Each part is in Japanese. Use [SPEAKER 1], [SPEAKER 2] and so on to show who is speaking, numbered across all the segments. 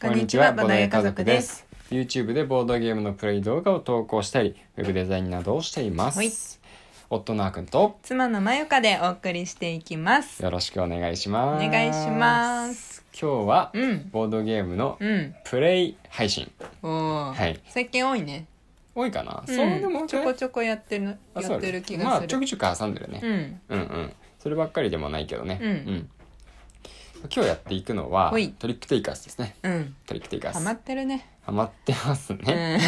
[SPEAKER 1] こんにちはボードゲー家族です
[SPEAKER 2] YouTube でボードゲームのプレイ動画を投稿したりウェブデザインなどをしています、
[SPEAKER 1] はい
[SPEAKER 2] 夫のあくんと
[SPEAKER 1] 妻のまゆかでお送りしていきます
[SPEAKER 2] よろしくお願いします
[SPEAKER 1] お願いします
[SPEAKER 2] 今日は、
[SPEAKER 1] うん
[SPEAKER 2] ボードゲームの
[SPEAKER 1] うん
[SPEAKER 2] プレイ配信
[SPEAKER 1] おお、
[SPEAKER 2] はい
[SPEAKER 1] 最近多いね
[SPEAKER 2] 多いかな、
[SPEAKER 1] ん
[SPEAKER 2] そうでも
[SPEAKER 1] ちょこちょこやってるや
[SPEAKER 2] あそう
[SPEAKER 1] ってる気
[SPEAKER 2] ま
[SPEAKER 1] が
[SPEAKER 2] あ
[SPEAKER 1] す
[SPEAKER 2] ちょ
[SPEAKER 1] る
[SPEAKER 2] くちょく挟んでるね、
[SPEAKER 1] うん
[SPEAKER 2] うんうんそればっかりでもないけどね
[SPEAKER 1] うん
[SPEAKER 2] 今日やっていくのは
[SPEAKER 1] ほい
[SPEAKER 2] トリックテイカーズですね
[SPEAKER 1] うん
[SPEAKER 2] トリックテイカー
[SPEAKER 1] ハ
[SPEAKER 2] ズ
[SPEAKER 1] マってるね
[SPEAKER 2] ハマってます
[SPEAKER 1] う
[SPEAKER 2] ね、
[SPEAKER 1] ん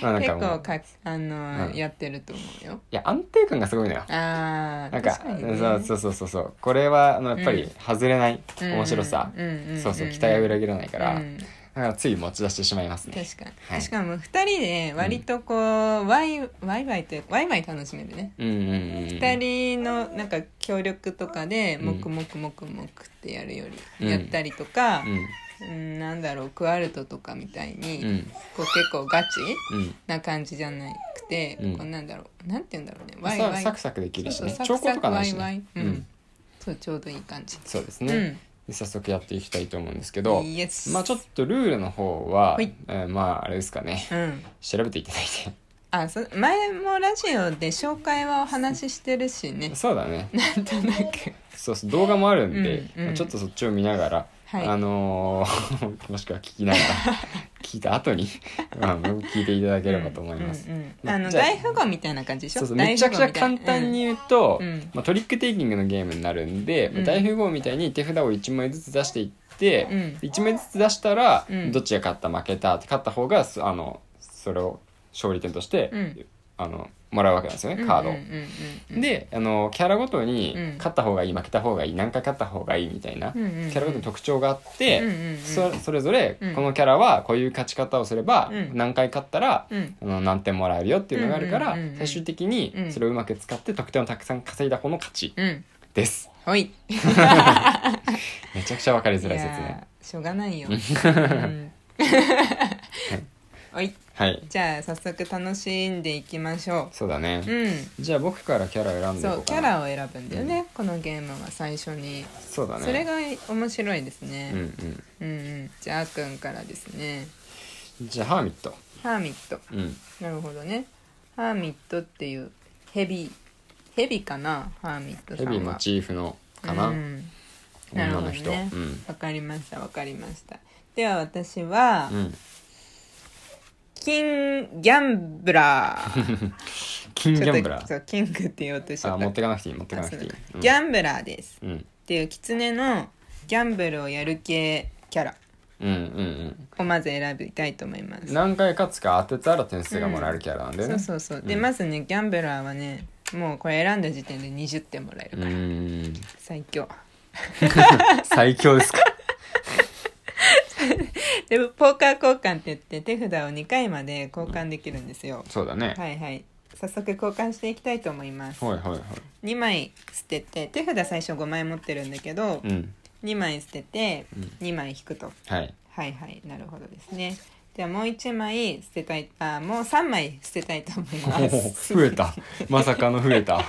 [SPEAKER 2] まあなん
[SPEAKER 1] 結
[SPEAKER 2] かもう
[SPEAKER 1] 構かあのー
[SPEAKER 2] うん
[SPEAKER 1] やってると思うよ
[SPEAKER 2] いや安定感がすごいのよ
[SPEAKER 1] あ
[SPEAKER 2] なん
[SPEAKER 1] ー
[SPEAKER 2] か
[SPEAKER 1] 確かにね
[SPEAKER 2] そうそうそうそうそうこれはあのやっぱ
[SPEAKER 1] うん
[SPEAKER 2] り外れない
[SPEAKER 1] うん
[SPEAKER 2] 面白さ、
[SPEAKER 1] うんうんんん
[SPEAKER 2] そうそう期待は裏切らないから、
[SPEAKER 1] うん
[SPEAKER 2] だからつい持ち出してしまいますね
[SPEAKER 1] 確かに、
[SPEAKER 2] はい
[SPEAKER 1] しかも二人で割とこう、ワイワイワイというかワイワイ楽しめるね
[SPEAKER 2] うんうんうんうん
[SPEAKER 1] 二人のなんか協力とかで
[SPEAKER 2] うん
[SPEAKER 1] もくもくもくもくってやるより、
[SPEAKER 2] うん
[SPEAKER 1] やったりとか、
[SPEAKER 2] う
[SPEAKER 1] う
[SPEAKER 2] ん
[SPEAKER 1] ん、なんだろうクアルトとかみたいに、
[SPEAKER 2] うん
[SPEAKER 1] こう結構ガチ
[SPEAKER 2] うん
[SPEAKER 1] な感じじゃなくて、
[SPEAKER 2] うん
[SPEAKER 1] こうなんだろうなんて言うんだろうね
[SPEAKER 2] まあ
[SPEAKER 1] ワイワイ
[SPEAKER 2] サクサクできるしね
[SPEAKER 1] そうそ
[SPEAKER 2] 兆
[SPEAKER 1] う
[SPEAKER 2] 候とかないし
[SPEAKER 1] サクサクワイ
[SPEAKER 2] ね
[SPEAKER 1] ワイうんそうちょうどいい感じ、
[SPEAKER 2] そうです
[SPEAKER 1] う
[SPEAKER 2] ね、
[SPEAKER 1] ん
[SPEAKER 2] で早速やっていきたいと思うんですけど、
[SPEAKER 1] イエス
[SPEAKER 2] まあちょっとルールの方は、
[SPEAKER 1] はい
[SPEAKER 2] えーまああれですかね
[SPEAKER 1] うん
[SPEAKER 2] 調べていただい
[SPEAKER 1] あそ前もラジオで紹介はお話ししてるしね
[SPEAKER 2] てそうだね
[SPEAKER 1] なんとなく
[SPEAKER 2] そうそう動画もあるんで、
[SPEAKER 1] うんうん
[SPEAKER 2] まあちょっとそっちを見ながら、
[SPEAKER 1] はい
[SPEAKER 2] あのー もしくは聞きながら 聞いた後に、まあ、聞いていただければと思います。
[SPEAKER 1] うんうんうん
[SPEAKER 2] まあ
[SPEAKER 1] あの
[SPEAKER 2] じゃあ
[SPEAKER 1] 大富豪みたいな感じでしょ
[SPEAKER 2] そうそう
[SPEAKER 1] 大
[SPEAKER 2] めちゃ
[SPEAKER 1] 富
[SPEAKER 2] く
[SPEAKER 1] 豪
[SPEAKER 2] ちゃ
[SPEAKER 1] みたい
[SPEAKER 2] 簡
[SPEAKER 1] な
[SPEAKER 2] 単に言うと、
[SPEAKER 1] うん
[SPEAKER 2] まあ、トリックテイキングのゲームになるんで、まあ
[SPEAKER 1] うん
[SPEAKER 2] 大富豪みたいに手札を1枚ずつ出していって、
[SPEAKER 1] うん
[SPEAKER 2] 1枚ずつ出したら、
[SPEAKER 1] うん
[SPEAKER 2] どっちが勝った負けたって勝った方がそあのそれを勝利点として、
[SPEAKER 1] うん
[SPEAKER 2] あのもらうわけなんですよ
[SPEAKER 1] うん
[SPEAKER 2] ねカードを。
[SPEAKER 1] うんうんうんうん
[SPEAKER 2] であのキャラごとに
[SPEAKER 1] うん
[SPEAKER 2] 勝った方がいい負けた方がいい何回勝った方がいいみたいな、
[SPEAKER 1] うんうんうん
[SPEAKER 2] キャラごとに特徴があっ
[SPEAKER 1] うんう
[SPEAKER 2] て、
[SPEAKER 1] んうん
[SPEAKER 2] そそれぞれ
[SPEAKER 1] うん
[SPEAKER 2] このキャラはこういう勝ち方をすれば、
[SPEAKER 1] うん
[SPEAKER 2] 何回勝ったら、
[SPEAKER 1] うん
[SPEAKER 2] あの何点もらえるよっていうのがあるから、
[SPEAKER 1] うんうんうんうん
[SPEAKER 2] 最終的に
[SPEAKER 1] うん
[SPEAKER 2] それをうまく使って得点をたくさん稼いだ方の勝ち
[SPEAKER 1] うん
[SPEAKER 2] です。
[SPEAKER 1] ほい
[SPEAKER 2] めちゃくちゃ分かり
[SPEAKER 1] い
[SPEAKER 2] づらい説明
[SPEAKER 1] やーしょうがない ようんほい
[SPEAKER 2] はい
[SPEAKER 1] じゃあ早速楽しんでいきましょ
[SPEAKER 2] そうだね
[SPEAKER 1] う、う
[SPEAKER 2] じゃあ僕からキャラを選ん
[SPEAKER 1] ん
[SPEAKER 2] でい
[SPEAKER 1] そ
[SPEAKER 2] こ
[SPEAKER 1] う
[SPEAKER 2] う
[SPEAKER 1] キ
[SPEAKER 2] か
[SPEAKER 1] ャ
[SPEAKER 2] な
[SPEAKER 1] ラを選ぶんだよねこのゲームは最初に
[SPEAKER 2] そうだね
[SPEAKER 1] それが面白いです
[SPEAKER 2] うんう
[SPEAKER 1] ね
[SPEAKER 2] ん
[SPEAKER 1] うんうんじゃああくんからですね
[SPEAKER 2] じゃあハーミット
[SPEAKER 1] ハーミット
[SPEAKER 2] うん
[SPEAKER 1] なるほどねハーミットっていうヘビヘビかなハーミットさ
[SPEAKER 2] ヘ
[SPEAKER 1] んは
[SPEAKER 2] ビーモチーフのかな、
[SPEAKER 1] うんなるほ
[SPEAKER 2] 女
[SPEAKER 1] ど
[SPEAKER 2] の人、
[SPEAKER 1] ね
[SPEAKER 2] うん
[SPEAKER 1] わかりましたわかりましたでは私は、
[SPEAKER 2] うん、
[SPEAKER 1] キンギャンブラ ー
[SPEAKER 2] キン
[SPEAKER 1] ち
[SPEAKER 2] ギ
[SPEAKER 1] ょっ
[SPEAKER 2] ャ
[SPEAKER 1] と
[SPEAKER 2] ンブラー
[SPEAKER 1] そうキングって言おうとしちゃ
[SPEAKER 2] あ
[SPEAKER 1] った
[SPEAKER 2] 持ってかなくていい持ってかなくていい
[SPEAKER 1] あそううんギャンブラーです
[SPEAKER 2] うん
[SPEAKER 1] っていう狐のギャンブルをやる系キャラ
[SPEAKER 2] うんうん
[SPEAKER 1] をまず選びたいと思います
[SPEAKER 2] うん何回勝つか当てたら点数がもらえるキャラなんだよね、
[SPEAKER 1] そうそうそう、で
[SPEAKER 2] うん
[SPEAKER 1] まずねギャンブラーはねもうこれ選んだ時点で20点もらえる
[SPEAKER 2] う
[SPEAKER 1] から、
[SPEAKER 2] ーん
[SPEAKER 1] 最強
[SPEAKER 2] 最強 ですか
[SPEAKER 1] でポーカー交換って言って手札を2回まで交換できるんですよ、
[SPEAKER 2] そうだね、
[SPEAKER 1] はいはい早速交換していきたいと思います
[SPEAKER 2] はい、はいはい
[SPEAKER 1] 2枚捨てて手札最初5枚持ってるんだけど、
[SPEAKER 2] うん
[SPEAKER 1] 2枚捨てて
[SPEAKER 2] うん
[SPEAKER 1] 2枚引くと
[SPEAKER 2] はい
[SPEAKER 1] はいはいなるほどですねじゃあもう1枚捨てたいあもう3枚捨てたいと思い
[SPEAKER 2] お
[SPEAKER 1] ま
[SPEAKER 2] ー
[SPEAKER 1] す
[SPEAKER 2] 増えたまさかの増えた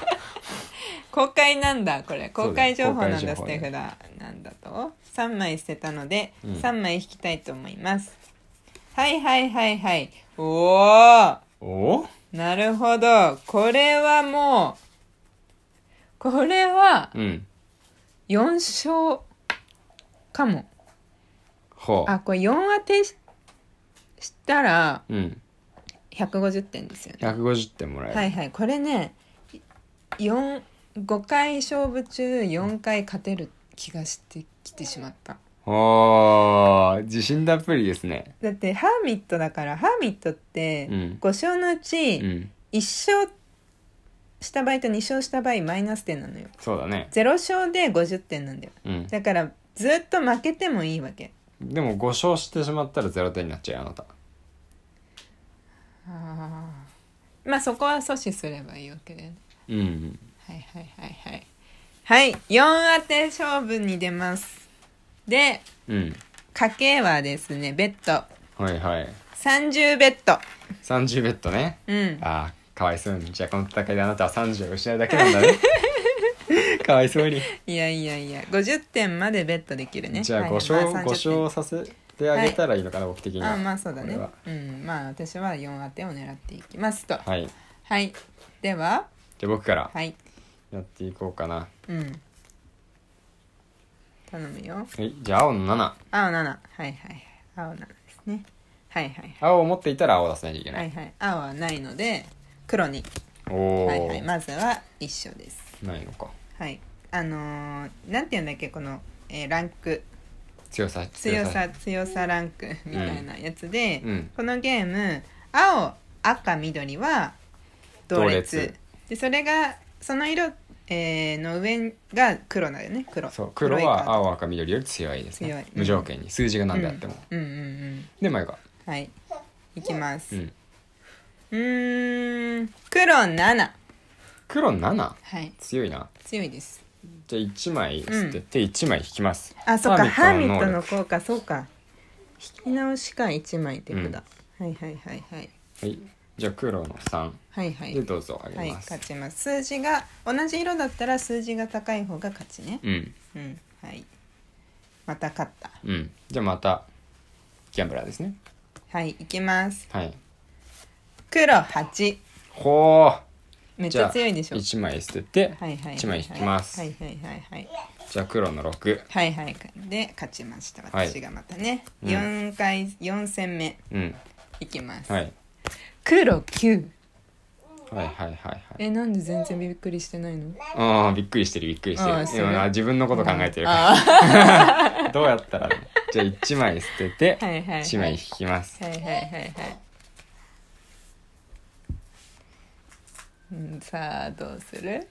[SPEAKER 1] 公開なんだこれ公開情報なん
[SPEAKER 2] そうだ
[SPEAKER 1] だ
[SPEAKER 2] よ
[SPEAKER 1] 捨
[SPEAKER 2] 公
[SPEAKER 1] て
[SPEAKER 2] 開
[SPEAKER 1] 札
[SPEAKER 2] 情
[SPEAKER 1] なんだと3枚捨てたので、
[SPEAKER 2] うん
[SPEAKER 1] 3枚引きたいと思いますはいはいはいはいおお
[SPEAKER 2] おお
[SPEAKER 1] なるほどこれはもうこれは
[SPEAKER 2] うん
[SPEAKER 1] 4勝かも
[SPEAKER 2] ほ
[SPEAKER 1] あこれ4当てししたら
[SPEAKER 2] ううん
[SPEAKER 1] 150点ですよね
[SPEAKER 2] 150点もらえる、
[SPEAKER 1] はいはいこれね45回勝負中4回勝てる気がしてきてしまった
[SPEAKER 2] おー自信たっぷりですね
[SPEAKER 1] だってハーミットだからハーミットって
[SPEAKER 2] うん
[SPEAKER 1] 5勝のう
[SPEAKER 2] う
[SPEAKER 1] ち
[SPEAKER 2] ん
[SPEAKER 1] 1勝した場合と2勝した場合マイナス点なのよ
[SPEAKER 2] そうだね
[SPEAKER 1] 0勝で50点なんだよ
[SPEAKER 2] うん
[SPEAKER 1] だからずっと負けてもいいわけ
[SPEAKER 2] でも5勝してしまったら0点になっちゃうよあなた
[SPEAKER 1] あーまあそこは阻止すればいいわけだよね
[SPEAKER 2] うん
[SPEAKER 1] はいはいはいはいはい4当て勝負に出ますで
[SPEAKER 2] うん
[SPEAKER 1] 家計はですねベッド
[SPEAKER 2] はいはい
[SPEAKER 1] 30ベッド
[SPEAKER 2] 30ベッドね
[SPEAKER 1] うん
[SPEAKER 2] ああかわいそうにじゃあこの戦いであなたは30を失うだけなん だねかわいそうに、
[SPEAKER 1] いやいやいや50点までベッドできるね
[SPEAKER 2] じゃあ
[SPEAKER 1] はい
[SPEAKER 2] 5
[SPEAKER 1] はい
[SPEAKER 2] 勝、
[SPEAKER 1] まあ
[SPEAKER 2] 五
[SPEAKER 1] 30点
[SPEAKER 2] 勝させってあげたらいいのかな、僕的には
[SPEAKER 1] あまあそうだね
[SPEAKER 2] これは
[SPEAKER 1] うんまあ私は4当てを狙っていきますとはい、
[SPEAKER 2] はい
[SPEAKER 1] では
[SPEAKER 2] じゃあ僕から
[SPEAKER 1] はい
[SPEAKER 2] やっていこうかなは
[SPEAKER 1] うん頼むよ
[SPEAKER 2] いじゃあ青の7
[SPEAKER 1] 青7はいはいはい青7ですねはいはい
[SPEAKER 2] 青を持っていたら青を出さないといけ
[SPEAKER 1] は
[SPEAKER 2] ない、
[SPEAKER 1] はいいはい青はないので黒に
[SPEAKER 2] おおー、
[SPEAKER 1] はいはいまずは一緒です
[SPEAKER 2] ないのか
[SPEAKER 1] はいあのー、なんて言うんだっけこの、えーランク
[SPEAKER 2] 強さ
[SPEAKER 1] 強さ強さランクみたいなやつで、
[SPEAKER 2] うん
[SPEAKER 1] このゲーム青赤緑は同列
[SPEAKER 2] 同列
[SPEAKER 1] でそれがその色、えーの上が黒だよね黒
[SPEAKER 2] そう黒
[SPEAKER 1] い
[SPEAKER 2] は
[SPEAKER 1] カード
[SPEAKER 2] 青赤緑より強いですね
[SPEAKER 1] 強いうん
[SPEAKER 2] 無条件に数字が何であっても、
[SPEAKER 1] うんうんうん
[SPEAKER 2] で前が
[SPEAKER 1] はいいきます
[SPEAKER 2] う
[SPEAKER 1] うんーん黒7
[SPEAKER 2] 黒7
[SPEAKER 1] はい
[SPEAKER 2] 強いな
[SPEAKER 1] 強いです
[SPEAKER 2] じゃあ1枚捨てて1枚引きます、
[SPEAKER 1] あそっかハ
[SPEAKER 2] ハ
[SPEAKER 1] ー
[SPEAKER 2] ー
[SPEAKER 1] ミ
[SPEAKER 2] ミ
[SPEAKER 1] ッ
[SPEAKER 2] ッ
[SPEAKER 1] ト
[SPEAKER 2] ト
[SPEAKER 1] の
[SPEAKER 2] の
[SPEAKER 1] 効果そうか引き直しか1枚手札、
[SPEAKER 2] うん
[SPEAKER 1] はいはいはいはい
[SPEAKER 2] はいじゃあ黒の3
[SPEAKER 1] はいはい
[SPEAKER 2] でどうぞあ
[SPEAKER 1] は
[SPEAKER 2] げ
[SPEAKER 1] い、
[SPEAKER 2] ます、
[SPEAKER 1] 勝ちます。数字が同じ色だったら数字が高い方が勝ちね。
[SPEAKER 2] うん
[SPEAKER 1] うん、はい。また勝った。
[SPEAKER 2] うんじゃあまたギャンブラーですね
[SPEAKER 1] はい、いきます。
[SPEAKER 2] はい
[SPEAKER 1] 黒八。
[SPEAKER 2] ほー
[SPEAKER 1] めっち
[SPEAKER 2] じゃ
[SPEAKER 1] ゃ
[SPEAKER 2] あ
[SPEAKER 1] 強いでしょ。
[SPEAKER 2] 1枚捨てて
[SPEAKER 1] はいはい。
[SPEAKER 2] 1枚引きます、
[SPEAKER 1] はいはいはいはい。
[SPEAKER 2] じゃあ黒の6
[SPEAKER 1] はいはい。で勝ちました。
[SPEAKER 2] はい
[SPEAKER 1] 私がまたね。
[SPEAKER 2] うん
[SPEAKER 1] 四回四戦目
[SPEAKER 2] うん
[SPEAKER 1] いきます。
[SPEAKER 2] はい
[SPEAKER 1] 黒九。
[SPEAKER 2] はいはいはいはい
[SPEAKER 1] え、なんで全然びっくりしてないの？
[SPEAKER 2] ああびっくりしてるびっくりして
[SPEAKER 1] あ
[SPEAKER 2] る
[SPEAKER 1] ーす
[SPEAKER 2] い
[SPEAKER 1] ごい
[SPEAKER 2] や自分のこと考えてるか
[SPEAKER 1] あー
[SPEAKER 2] ら どうやったらねじゃあ1枚捨てて
[SPEAKER 1] はいはいはい
[SPEAKER 2] 1枚引きます
[SPEAKER 1] はいはいはいはい。うん、さあどうする？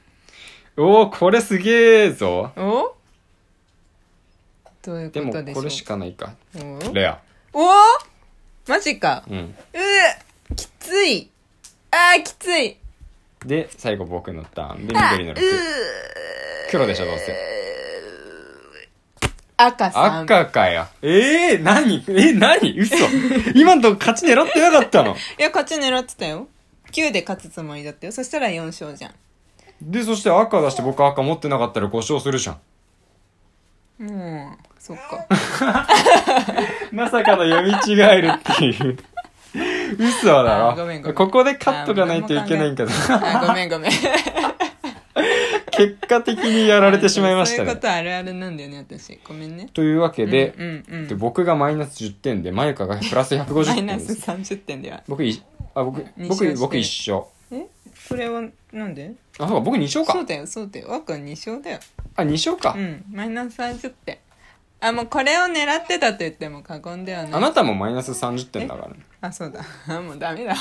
[SPEAKER 2] おおこれすげえぞ
[SPEAKER 1] おどういうこ
[SPEAKER 2] でも
[SPEAKER 1] とでしょう
[SPEAKER 2] これしかないか
[SPEAKER 1] お
[SPEAKER 2] レア
[SPEAKER 1] おマジか
[SPEAKER 2] うん
[SPEAKER 1] ううきついあーきつい
[SPEAKER 2] で最後僕のターンで
[SPEAKER 1] あ
[SPEAKER 2] 緑の
[SPEAKER 1] うー
[SPEAKER 2] 6黒でしょどうせ
[SPEAKER 1] 赤さんい
[SPEAKER 2] 赤かよええー、何え 何嘘今のとこ勝ち狙ってなかったの
[SPEAKER 1] や勝ち狙ってたよ9で勝つつもりだったよそしたら4勝じゃ
[SPEAKER 2] でそして赤出して僕赤持ってなかったら5勝するじゃん
[SPEAKER 1] んもうそっ か
[SPEAKER 2] まさかの読み違えるっていう嘘だろ
[SPEAKER 1] あごめんごめん
[SPEAKER 2] ここでカットがないといけないんだけど
[SPEAKER 1] あごめんごめん
[SPEAKER 2] 結果的にやられてしまいました
[SPEAKER 1] そういう
[SPEAKER 2] ね
[SPEAKER 1] ことあるあるなんだよね私ごめんね
[SPEAKER 2] というわけで,、
[SPEAKER 1] うんうん
[SPEAKER 2] で僕がマイナス10点でまゆかがプラス150
[SPEAKER 1] マイ
[SPEAKER 2] 点
[SPEAKER 1] ナ
[SPEAKER 2] で
[SPEAKER 1] ス
[SPEAKER 2] す
[SPEAKER 1] 30点では
[SPEAKER 2] 僕いあ僕
[SPEAKER 1] 二勝して
[SPEAKER 2] 僕僕一緒
[SPEAKER 1] えこれはなんで
[SPEAKER 2] あそうか僕2勝
[SPEAKER 1] そう
[SPEAKER 2] か
[SPEAKER 1] だよそうだよワ君2勝だよ
[SPEAKER 2] あ2勝か、
[SPEAKER 1] うんマイナス30点あもうこれを狙ってたと言っても過言では
[SPEAKER 2] あ
[SPEAKER 1] ない
[SPEAKER 2] なたもマイナス30点だからね
[SPEAKER 1] あそうだ あもうダ メだ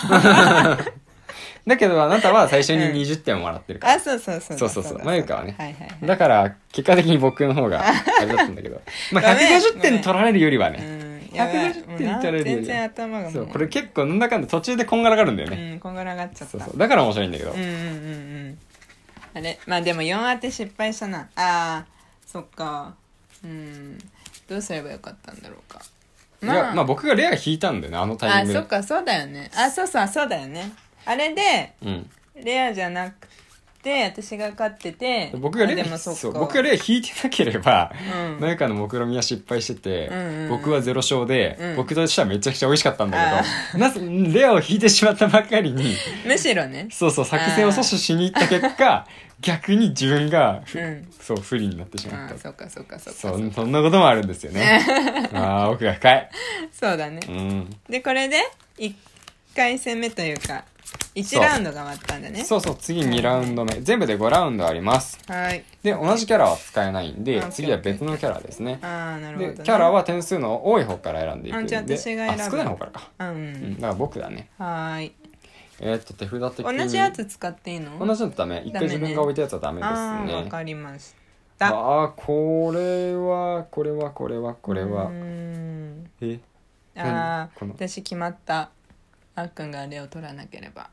[SPEAKER 2] だけどあなたは最初に
[SPEAKER 1] うん
[SPEAKER 2] 20点もらってるから、
[SPEAKER 1] あそうそうそうだ
[SPEAKER 2] そうそうそう
[SPEAKER 1] だ
[SPEAKER 2] まゆかはね
[SPEAKER 1] はいはいはい
[SPEAKER 2] だから結果的に僕の方があれだったん だけどまあ
[SPEAKER 1] ごめん
[SPEAKER 2] 150点取られるよりは
[SPEAKER 1] う
[SPEAKER 2] ね、
[SPEAKER 1] んやばい
[SPEAKER 2] 150
[SPEAKER 1] もう
[SPEAKER 2] 点
[SPEAKER 1] な
[SPEAKER 2] 取れるよ
[SPEAKER 1] 全然頭がもう
[SPEAKER 2] そうこれ結構なんだかんだ途中でこんがらがるんだよ
[SPEAKER 1] う
[SPEAKER 2] ね、
[SPEAKER 1] んこんがらがっちゃった
[SPEAKER 2] そうそうだから面白いんだけど、
[SPEAKER 1] うんうんうんうんあれまあでも4当て失敗したなあーそっかうんどうすればよかったんだろうか
[SPEAKER 2] いやまあ僕がレア引いたんだよねあのタイ
[SPEAKER 1] あ
[SPEAKER 2] ミングで
[SPEAKER 1] そっかそうだよねあそうそうそうだよねあれで
[SPEAKER 2] うん、
[SPEAKER 1] レアじゃなくて私が勝ってて
[SPEAKER 2] 僕が
[SPEAKER 1] あ
[SPEAKER 2] レ
[SPEAKER 1] で
[SPEAKER 2] ア
[SPEAKER 1] もそっ
[SPEAKER 2] そう
[SPEAKER 1] か
[SPEAKER 2] 僕がレア引いてなければ、
[SPEAKER 1] うん
[SPEAKER 2] まゆかの目論見みは失敗してて、
[SPEAKER 1] うんうんうん
[SPEAKER 2] 僕はゼロ勝で、
[SPEAKER 1] うん
[SPEAKER 2] 僕としてはめちゃくちゃ美味しかったんだけどなぜレアを引いてしまったばかりに
[SPEAKER 1] むしろね
[SPEAKER 2] そうそう作戦を阻止しに行った結果逆に自分が、ふ
[SPEAKER 1] うん
[SPEAKER 2] そう不利になってしま
[SPEAKER 1] あ
[SPEAKER 2] っ
[SPEAKER 1] ー
[SPEAKER 2] た
[SPEAKER 1] そっかそっかそっか
[SPEAKER 2] そ
[SPEAKER 1] そう
[SPEAKER 2] そんなこともあるんですよね ああ奥が深いう
[SPEAKER 1] だね
[SPEAKER 2] うん
[SPEAKER 1] でこれで1回戦目というか1ラウンドが終わったんだね
[SPEAKER 2] そうそう次2ラウンド目全部で5ラウンドあります
[SPEAKER 1] はい
[SPEAKER 2] で同じキャラは使えないんで
[SPEAKER 1] あ
[SPEAKER 2] 次は別のキャラですね
[SPEAKER 1] ああなるほど、
[SPEAKER 2] で
[SPEAKER 1] ね、
[SPEAKER 2] キャラは点数の多い方から選んでいくん
[SPEAKER 1] あ
[SPEAKER 2] で
[SPEAKER 1] じゃあ私が選ぶ
[SPEAKER 2] あ少ない方からか、
[SPEAKER 1] うん、
[SPEAKER 2] うん、だから僕だね
[SPEAKER 1] はーい
[SPEAKER 2] えー、っと手札的に
[SPEAKER 1] 同じやつ使っていいの
[SPEAKER 2] 同じのダメ一
[SPEAKER 1] ダ
[SPEAKER 2] 回
[SPEAKER 1] メね
[SPEAKER 2] 自分が置いたやつはダメです
[SPEAKER 1] ああ
[SPEAKER 2] ね
[SPEAKER 1] わかりました
[SPEAKER 2] ああーこれはこれはこれはこれは
[SPEAKER 1] うーん
[SPEAKER 2] え
[SPEAKER 1] あ
[SPEAKER 2] 何
[SPEAKER 1] あ
[SPEAKER 2] この
[SPEAKER 1] 私決まったあっくんがあれを取らなければ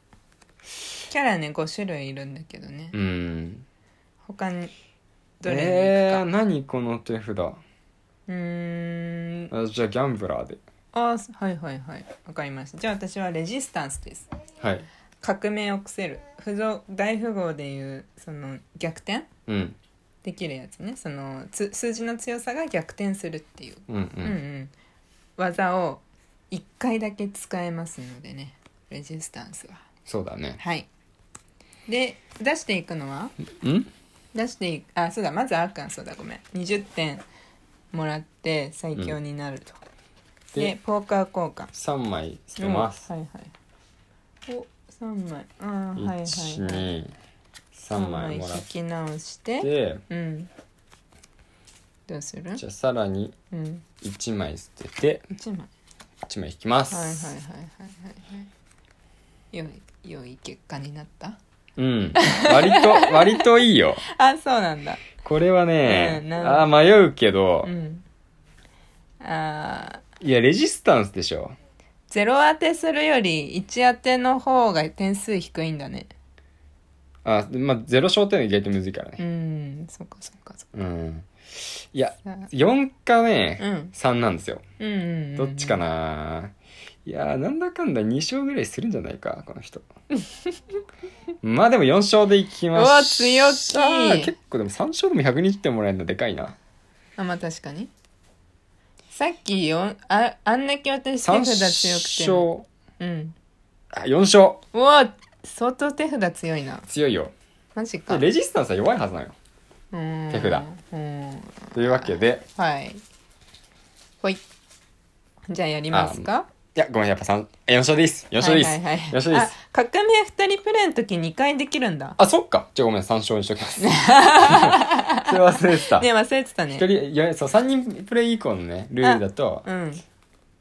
[SPEAKER 1] キャラね5種類いるんだけどね
[SPEAKER 2] うん
[SPEAKER 1] 他にどれに行くか、
[SPEAKER 2] えー、何この手札
[SPEAKER 1] うーん
[SPEAKER 2] あじゃあギャンブラーで
[SPEAKER 1] あーはいはいはいわかりましたじゃあ私はレジスタンスです
[SPEAKER 2] はい
[SPEAKER 1] 革命をくせる不造大富豪でいうその逆転
[SPEAKER 2] うん
[SPEAKER 1] できるやつねそのつ数字の強さが逆転するっていう、
[SPEAKER 2] うんう
[SPEAKER 1] うんうんん技を1回だけ使えますのでねレジスタンスは
[SPEAKER 2] そうだね
[SPEAKER 1] はいで出していくのは
[SPEAKER 2] うん
[SPEAKER 1] 出していあそうだまずアーカンそうだごめん20点もらって最強になると、
[SPEAKER 2] うん
[SPEAKER 1] で
[SPEAKER 2] で
[SPEAKER 1] ポーカー交換
[SPEAKER 2] 3枚捨てます、
[SPEAKER 1] うんはいはいお三枚あーはいはい
[SPEAKER 2] 一
[SPEAKER 1] はい
[SPEAKER 2] 二三
[SPEAKER 1] 三
[SPEAKER 2] 枚もらっ
[SPEAKER 1] 引き直して
[SPEAKER 2] て
[SPEAKER 1] うんどうする
[SPEAKER 2] じゃあさらに
[SPEAKER 1] うん
[SPEAKER 2] 1枚捨てて
[SPEAKER 1] 一枚
[SPEAKER 2] 1枚引きます、
[SPEAKER 1] はいはいはいはいはいはい良い良い結果になった
[SPEAKER 2] うん割と 割といいよ
[SPEAKER 1] あそうなんだ
[SPEAKER 2] これはね、
[SPEAKER 1] うんな
[SPEAKER 2] ああ迷うけど、
[SPEAKER 1] うんあー
[SPEAKER 2] いやレジスタンスでしょ
[SPEAKER 1] ゼロ当てするより1当ての方が点数低いんだね
[SPEAKER 2] あまあゼロ焦点は意外とむずいから
[SPEAKER 1] う
[SPEAKER 2] ね
[SPEAKER 1] んそっかそっかそっ
[SPEAKER 2] うん、いや
[SPEAKER 1] かさあ
[SPEAKER 2] 4か
[SPEAKER 1] う
[SPEAKER 2] ね、
[SPEAKER 1] ん
[SPEAKER 2] 三3なんですよ
[SPEAKER 1] うんうんうん
[SPEAKER 2] どっちかな、いやーなんだかんだ2勝ぐらいするんじゃないかこ の人まあでも4勝でいきま
[SPEAKER 1] うわ
[SPEAKER 2] した
[SPEAKER 1] 強気
[SPEAKER 2] 結構でも3勝でも120点もらえるのでかいな
[SPEAKER 1] あまあ確かにさっきよああんだけ私
[SPEAKER 2] 3
[SPEAKER 1] 手札強くても
[SPEAKER 2] 勝
[SPEAKER 1] うん
[SPEAKER 2] あ4勝
[SPEAKER 1] うわ相当手札強いな
[SPEAKER 2] 強いよ
[SPEAKER 1] マジ
[SPEAKER 2] で
[SPEAKER 1] か
[SPEAKER 2] レジスタンスは弱いはずなのよ
[SPEAKER 1] 手
[SPEAKER 2] 手札
[SPEAKER 1] うん
[SPEAKER 2] というわけで
[SPEAKER 1] はいほいじゃあやりますか
[SPEAKER 2] いやごめんやっぱ3 4勝でいいっす4勝でいいっす、
[SPEAKER 1] はいはい
[SPEAKER 2] 4
[SPEAKER 1] はい
[SPEAKER 2] 勝でいいっ
[SPEAKER 1] あ
[SPEAKER 2] す
[SPEAKER 1] 革命2人プレイの時2回できるんだ
[SPEAKER 2] あそっかじゃあごめん3勝にしときます それ忘れてた、
[SPEAKER 1] ね忘れてた
[SPEAKER 2] 一
[SPEAKER 1] ね
[SPEAKER 2] 人いやそう3人プレイ以降のねルールだと
[SPEAKER 1] うん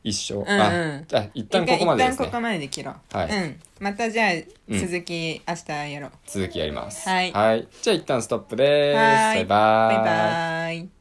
[SPEAKER 2] 1
[SPEAKER 1] うん
[SPEAKER 2] 勝、
[SPEAKER 1] うん
[SPEAKER 2] ああ一旦ここまでです
[SPEAKER 1] 一旦ここ
[SPEAKER 2] ね
[SPEAKER 1] までで切ろう、
[SPEAKER 2] はい
[SPEAKER 1] うん、またじゃあ
[SPEAKER 2] うん
[SPEAKER 1] 続き明日やろう、
[SPEAKER 2] 続きやります
[SPEAKER 1] はい
[SPEAKER 2] じゃあ一旦ストップです
[SPEAKER 1] はーい
[SPEAKER 2] バイバ
[SPEAKER 1] バイ
[SPEAKER 2] イ
[SPEAKER 1] バーイ